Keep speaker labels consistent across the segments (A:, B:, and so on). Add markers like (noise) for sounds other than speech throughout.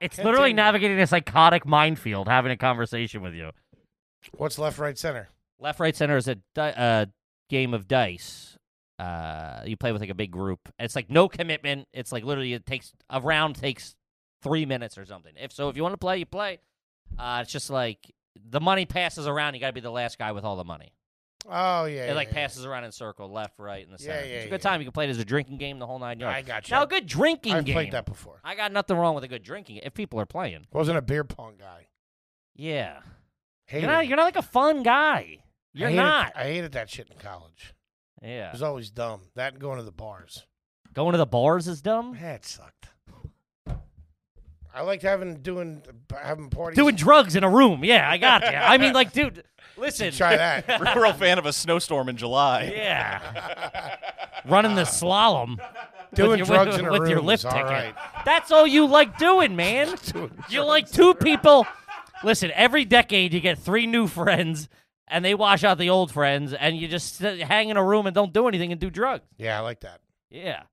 A: It's literally
B: Continue.
A: navigating a psychotic minefield, having a conversation with you.
B: What's left, right, center?
C: Left, right, center is a di- uh, game of dice. Uh, you play with like a big group. It's like no commitment. It's like literally it takes a round takes three minutes or something. If so, if you want to play, you play. Uh, it's just like the money passes around. You got to be the last guy with all the money.
B: Oh yeah. yeah,
C: it like
B: yeah.
C: passes around in a circle, left, right, and the
B: Yeah,
C: center.
B: yeah,
C: it's a
B: yeah.
C: good time. You can play it as a drinking game, the whole nine yards.
B: I got you.
C: Now, a good drinking
B: I've
C: game.
B: played that before.
C: I got nothing wrong with a good drinking if people are playing.
B: Wasn't a beer pong guy.
C: Yeah,
B: Hated
C: you're not.
B: it.
C: You're not like a fun guy.
B: I
C: You're
B: hated-
C: not.
B: I hated that shit in college. It
C: Yeah,
B: was always dumb. That and going to the bars.
C: going to the bars is dumb.
B: That sucked. I liked having doing having parties.
A: Doing drugs in a room. Yeah, I got you. I mean, like,
B: (laughs)
A: dude, listen.
C: (laughs)
B: try that.
D: We're a real fan of a snowstorm in July.
A: (laughs) Yeah.
B: (laughs)
A: Running the slalom. with
B: doing
A: your,
B: drugs
A: with,
B: in a
A: with
B: room
A: your
B: is
A: lip
B: all
A: ticket.
B: right.
A: That's all you like doing,
B: (laughs)
A: man. you like two people. Listen, every decade you get three new friends, and they wash out the old friends, and you just sit, hang in a room and don't do anything and do drugs.
B: Yeah, I
C: (laughs)
B: like that.
A: Yeah.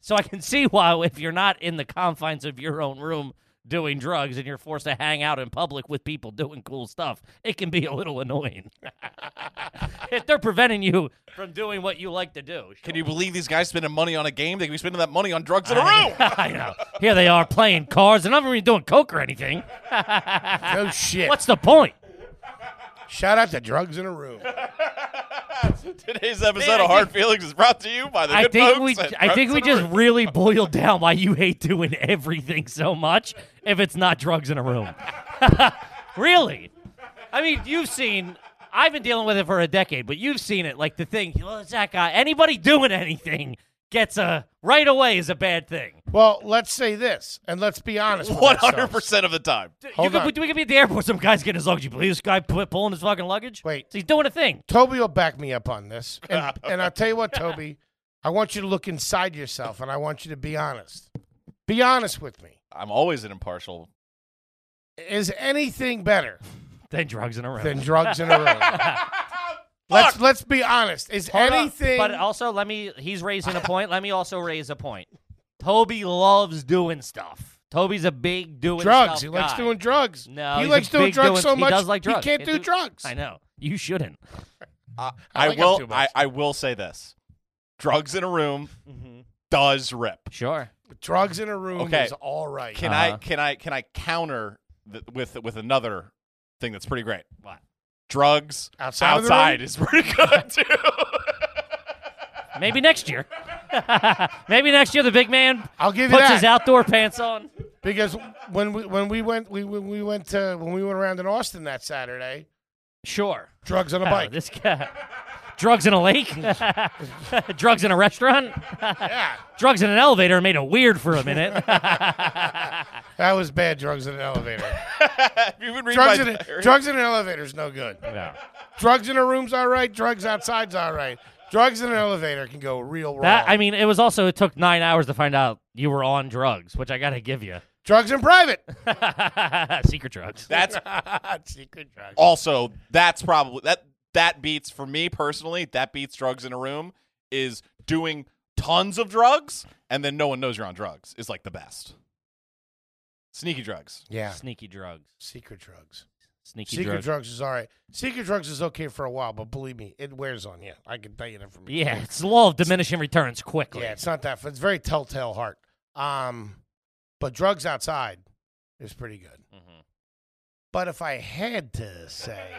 A: So I can see why if you're not in the confines of your own room doing drugs and you're forced to hang out in public with people doing cool stuff, it can be a little annoying. (laughs) if they're preventing you from doing what you like to do. (laughs)
D: Can you believe these guys spending money on a game? They could be spending that money on drugs in
A: (laughs)
D: a room.
A: I, I know. Here they are playing cards, and I'm not even doing coke or anything.
B: No shit.
A: What's the point?
B: Shout out to drugs in a room.
D: Today's episode
A: Man, I
D: of Hard Feelings is brought to you by the
A: I
D: good
A: think
D: folks
A: we,
D: at
A: I think
D: Drugs
A: we
D: in a
A: just
D: Room.
A: really boiled down why you hate doing everything so much if it's not drugs in a room. (laughs) really? I mean, you've seen. I've been dealing with it for a decade, but you've seen it. Like the thing, well, it's that guy. Anybody doing anything gets a right away is a bad thing.
B: Well, let's say this, and let's be honest. (laughs) with
D: One hundred
B: ourselves.
D: percent of the time.
B: Hold
A: you could,
B: on.
A: We could be at the airport. Some guy's getting his luggage. You believe this guy pu- pulling his fucking luggage?
B: Wait.
A: he's doing a thing.
B: Toby will back me up
A: (laughs)
B: on this. And, and I'll tell you what, Toby, I want you to look inside yourself and I want you to be honest. Be honest with me.
D: I'm always an impartial.
B: Is anything better
A: Then drugs in a room.
B: than
A: (laughs)
B: drugs in a room? let's let's be honest. Is
C: Hold on.
B: anything
A: But also, let me. He's raising a point. let me also raise a point. Toby loves doing stuff. Toby's a big doing
B: drugs?
A: stuff
B: He likes
A: guy.
B: doing drugs.
A: No,
B: he
A: he's a
B: likes doing
A: big
B: drugs
A: doing-
B: so
A: he
B: much
A: does like drugs.
B: he can't
A: He
B: do
A: do-
B: drugs.
A: I know you shouldn't.
D: I,
B: I
D: I
B: like him too
D: will. I,
B: much.
D: I will say this: drugs in a room does rip.
A: Sure.
B: Drugs in a room
D: Okay.
B: is all right.
D: Can I?
A: Uh-huh.
D: Can I? Can I counter th- with with another thing that's pretty great?
A: What?
D: Drugs
B: Outside of the
D: outside
B: room?
D: is pretty good too. (laughs)
A: Maybe next year. (laughs) Maybe next year the big man
B: I'll give you
A: puts
B: that.
A: his outdoor pants on.
B: because when we when we went we when we went to when we went around in Austin that Saturday,
A: Sure.
B: drugs on
A: (laughs)
B: a
A: Oh,
B: bike.
A: this guy. Drugs in a lake. (laughs) drugs in a restaurant. (laughs)
B: yeah.
A: drugs in an elevator made it weird for a minute. (laughs)
B: That was bad drugs in an (laughs) elevator.
D: Have you been reading
B: drugs,
D: my
B: in a,
D: diary?
B: drugs in an elevator is no good. Drugs in a room's all right. Drugs outside's all right. Drugs in an elevator can go real wrong.
A: That I mean, it was also it took nine hours to find out you were on drugs, which I gotta give you.
B: drugs in private.
A: (laughs) Secret drugs.
D: That's
B: (laughs) Secret drugs.
D: also that's probably that that beats for me personally that beats drugs in a room is doing tons of drugs and then no one knows you're on drugs is like the best sneaky drugs
B: Yeah.
A: Sneaky drugs.
B: Secret drugs.
A: Sneaky
B: Secret
A: drugs.
B: drugs is all right. Secret drugs is okay for a while, but believe me, it wears on you. I can tell you that from
A: Yeah, it's the law of diminishing returns quickly.
B: Yeah, it's not that. It's very telltale heart. Um, but drugs outside is pretty good. But if I had to (laughs) say,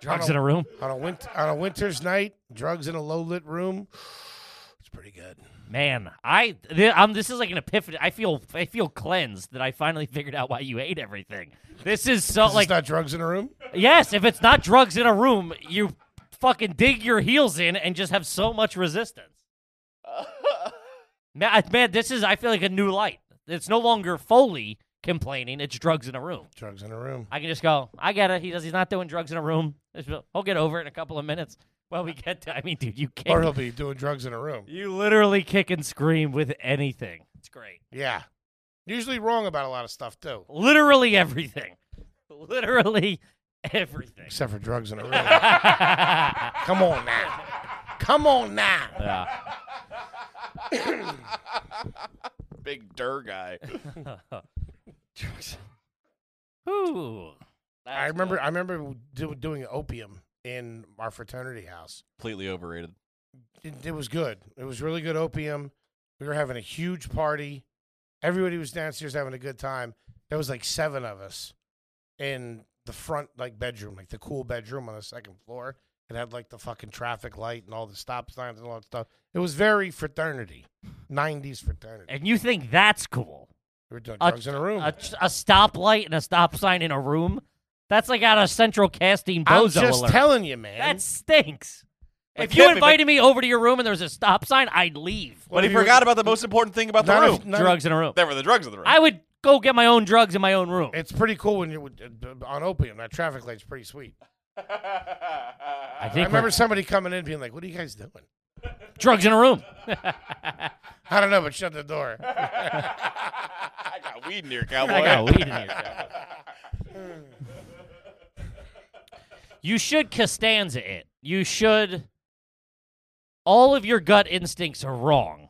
A: drugs in a room.
B: on a winter on a winter's night, drugs in a low lit room, it's pretty good.
A: Man, I th- I'm, this is like an epiphany. I feel I feel cleansed that I finally figured out why you hate everything. This is so
B: Is
A: like
B: this not drugs in a room.
A: yes, if it's not drugs in a room, you fucking dig your heels in and just have so much
B: (laughs)
A: resistance. man, I- man, this is I feel like a new light. It's no longer Foley complaining; it's drugs in a room.
B: Drugs in a room.
A: I can just go. I get it. He does. He's not doing drugs in a room. It's- He'll get over it in a couple of minutes. Well, we get. To, I mean, dude, you
B: Or
A: kick.
B: he'll be doing drugs in a room.
A: You literally kick and scream with anything. It's great.
B: Yeah. Usually wrong about a lot of stuff too.
A: Literally everything. Literally
B: (laughs)
A: everything.
B: Except for drugs in a
A: (laughs)
B: room. Come on now. Come on now.
A: Yeah.
D: Mm-hmm. (coughs) big der guy.
A: Drugs. (laughs) Ooh.
B: I remember. I remember do, doing opium in our fraternity house.
D: Completely overrated.
B: It, it was good. It was really good opium. We were having a huge party. Everybody was downstairs having a good time. There was like seven of us in the front like bedroom, like the cool bedroom on the second floor. It had like the fucking traffic light and all the stop signs and all that stuff. It was very fraternity, '90s fraternity.
A: And you think that's cool?
B: We were doing
A: A-
B: drugs in a room.
A: A, a stoplight and a stop sign in a room? That's like out of Central Casting
B: I'm
A: Bozo
B: just
A: alert.
B: telling you, man.
A: that stinks.
D: But
A: if you
D: Kevin, but-
A: invited me over to your room and there was a stop sign, I'd leave.
B: Well,
D: But he
B: if you're-
D: forgot about the most important thing about the
B: Not if-
D: room.
B: not if-
A: drugs in a room.
D: There were the drugs in the room. (laughs)
A: I would go get my own drugs in my own room.
B: It's pretty cool when you're with- uh, on opium. That traffic light's pretty sweet.
A: I
B: I
A: think
B: remember
A: we're-
B: somebody coming in being like, "What are you guys doing?"
A: drugs in a
B: (laughs)
A: room.
B: I don't know, but shut
A: (laughs)
B: the door.
D: I got weed in here, cowboy.
A: I got weed in
B: (laughs)
A: here. You should Costanza it. You should. All of your gut instincts are wrong.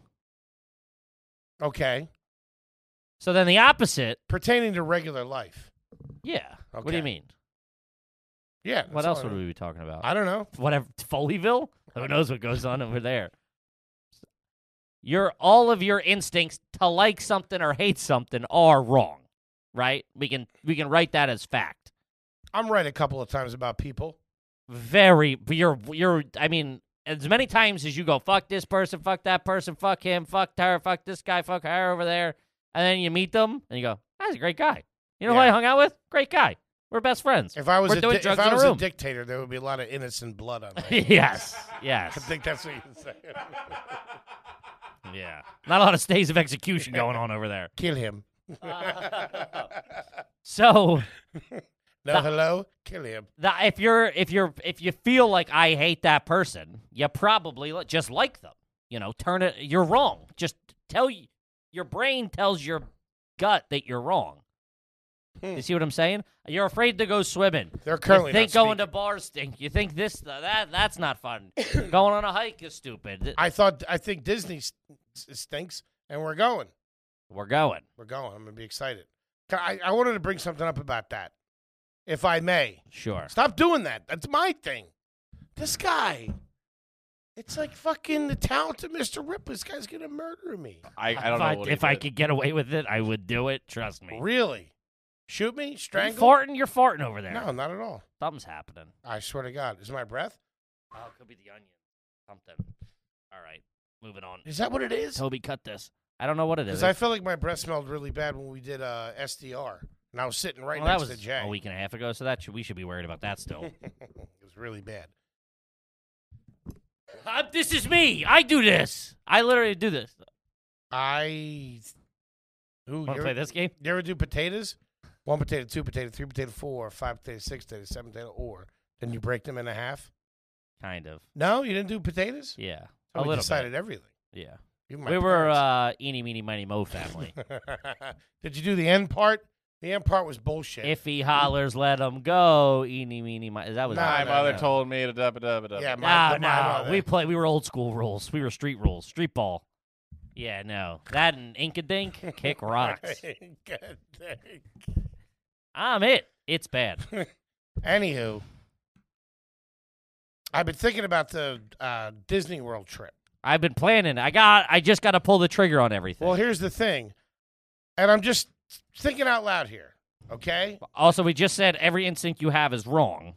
B: okay,
A: So then the opposite.
B: pertaining to regular life.
A: Yeah. What do
B: Okay.
A: you mean?
B: Yeah. that's
A: what
B: all
A: else
B: I
A: would
B: know.
A: we be talking about?
B: I don't know.
A: Whatever. Foleyville? Who knows what goes on over there? Your all of your instincts to like something or hate something are wrong, right? We can we can write that as fact.
B: I'm right a couple of times about people.
A: very but you're you're I mean as many times as you go fuck this person fuck that person fuck him fuck her fuck this guy fuck her over there and then you meet them and you go that's a great guy you know who I
B: Yeah.
A: hung out with great guy we're best friends
B: If I was
A: We're
B: a
A: doing
B: di- if
A: drugs
B: I
A: in a
B: was a
A: room.
B: dictator, there would be a lot of innocent blood
A: (laughs)
B: on me.
A: (laughs) yes
B: I
A: yes
B: think that's what you're saying. (laughs)
A: yeah not a lot of stays of execution going on over (laughs) there
B: Kill him. (laughs)
A: so
B: No, hello. Kill him.
A: the, if you're if you're if you feel like I hate that person, you probably li- just like them. You know, turn it. You're wrong. Just tell you. Your brain tells your gut that you're wrong.
B: Hmm.
A: You see what I'm saying? You're afraid to go swimming.
B: They're currently
A: you think
B: not
A: going to
B: speaking.
A: bars stink. You think this that that's not
B: (coughs)
A: fun. going on a hike is stupid. Th-
B: I thought I think Disney s- s- stinks, and we're going.
A: We're going.
B: We're going. I'm gonna be excited. Ca- I, I wanted to bring something up about that, if I may.
A: Sure.
B: Stop doing that. That's my thing. This guy, it's like fucking the talented Mr. Rip. This guy's gonna murder me.
D: I, I don't
A: if
D: know
A: I,
D: what he
A: if I
D: did.
A: could get away with it, I would do it. Trust me.
B: Really? Shoot me?
A: You
B: Strangle?
A: farting. You're farting over there.
B: No, not at all.
A: Something's happening.
B: I swear to God, is my breath?
A: Oh, it could be the onion. Something. All right. Moving on.
B: Is that what it is?
A: Toby, cut this. I don't know what it is.
B: Because I feel like my breath smelled really bad when we did uh, SDR, and I was sitting right
A: well, that
B: next
A: was
B: to Jay.
A: a week and a half ago, so that should, we should be worried about that
B: (laughs)
A: still.
B: it was really bad.
A: Uh, this is me. I do this. I literally do this.
B: I. Ooh,
A: Want
B: you're-
A: to play this game?
B: You ever do potatoes? One potato, two potato, three potato, four, five potato, six potato, seven potato, or then you break them in a half.
A: Kind of.
B: No, you didn't do potatoes.
A: Yeah.
B: Oh,
A: a
B: we
A: little
B: decided everything.
A: bit. Yeah.
B: You
A: We were uh, eeny, meeny, miny,
B: (laughs)
A: mo family.
B: Did you do the end part? The end part was bullshit.
A: if he hollers, let him go. Eeny, meeny, miny. That was.
B: Nah,
D: My
B: No,
D: mother
B: no.
D: told me to dub it, dub it, dub it.
B: yeah, my,
A: Nah,
B: the- my
A: nah.
B: mother.
A: We play. We were old school rules. We were street rules. Street ball. Yeah, no. That and Inkadink (laughs)
B: (laughs)
A: kick rocks.
B: God dang.
A: I'm it. It's bad.
B: Anywho, I've been thinking about the uh, Disney World trip.
A: I've been planning. I got. I just got to pull the trigger on everything.
B: Well, here's the thing, and I'm just thinking out loud here. Okay,
A: also, we just said every instinct you have is wrong.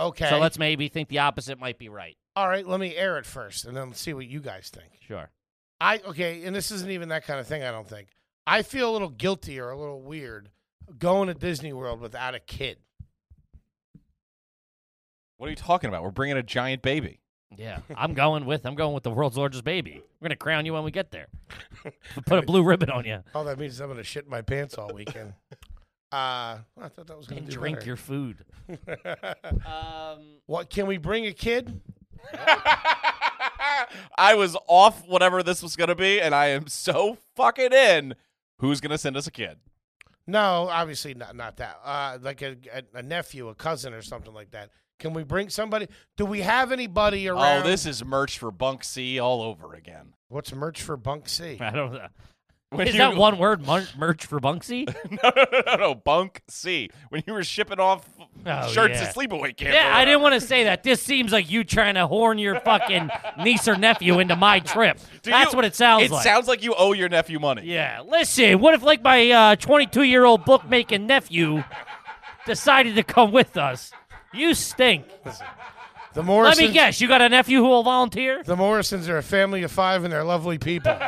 B: okay.
A: So let's maybe think the opposite might be right.
B: All right, let me air it first, and then see what you guys think.
A: Sure.
B: I okay, and this isn't even that kind of thing. I don't think. I feel a little guilty or a little weird going to Disney World without a kid.
D: What are you talking about? We're bringing a giant baby.
A: Yeah, I'm going with. I'm going with the world's largest baby. We're gonna crown you when we get there. Put a blue ribbon on you
B: Oh, that means I'm gonna shit my pants all
A: (laughs)
B: weekend. uh, well, I thought that was gonna
A: and
B: do
A: drink
B: better.
A: your food. Um,
B: (laughs) what can we bring a kid?
D: I was off whatever this was going to be, and I am so fucking in. Who's going to send us a kid?
B: No, obviously not. Not that. Uh, like a, a, a nephew, a cousin, or something like that. Can we bring somebody? Do we have anybody around?
D: Oh, this is merch for Bunk C all over again.
B: What's merch for Bunk C?
A: I don't.
D: When
A: Is
D: you- (laughs)
A: that one word mun- merch for Bunksy?
D: No, no, no, no, no. Bunk C. When you were shipping off
A: Oh,
D: shirts
A: yeah.
D: to sleepaway camp.
A: yeah, I didn't want to say that. This seems like you trying to horn your fucking niece or nephew into my trip. That's what it sounds
D: It
A: like.
D: sounds like you owe your nephew money.
A: yeah, listen, what if like my 22 year old bookmaking nephew decided to come with us? You stink.
B: The
A: Let
B: Morrisons.
A: me guess, you got a nephew who will volunteer?
B: The Morrisons are a family of five, and they're lovely people.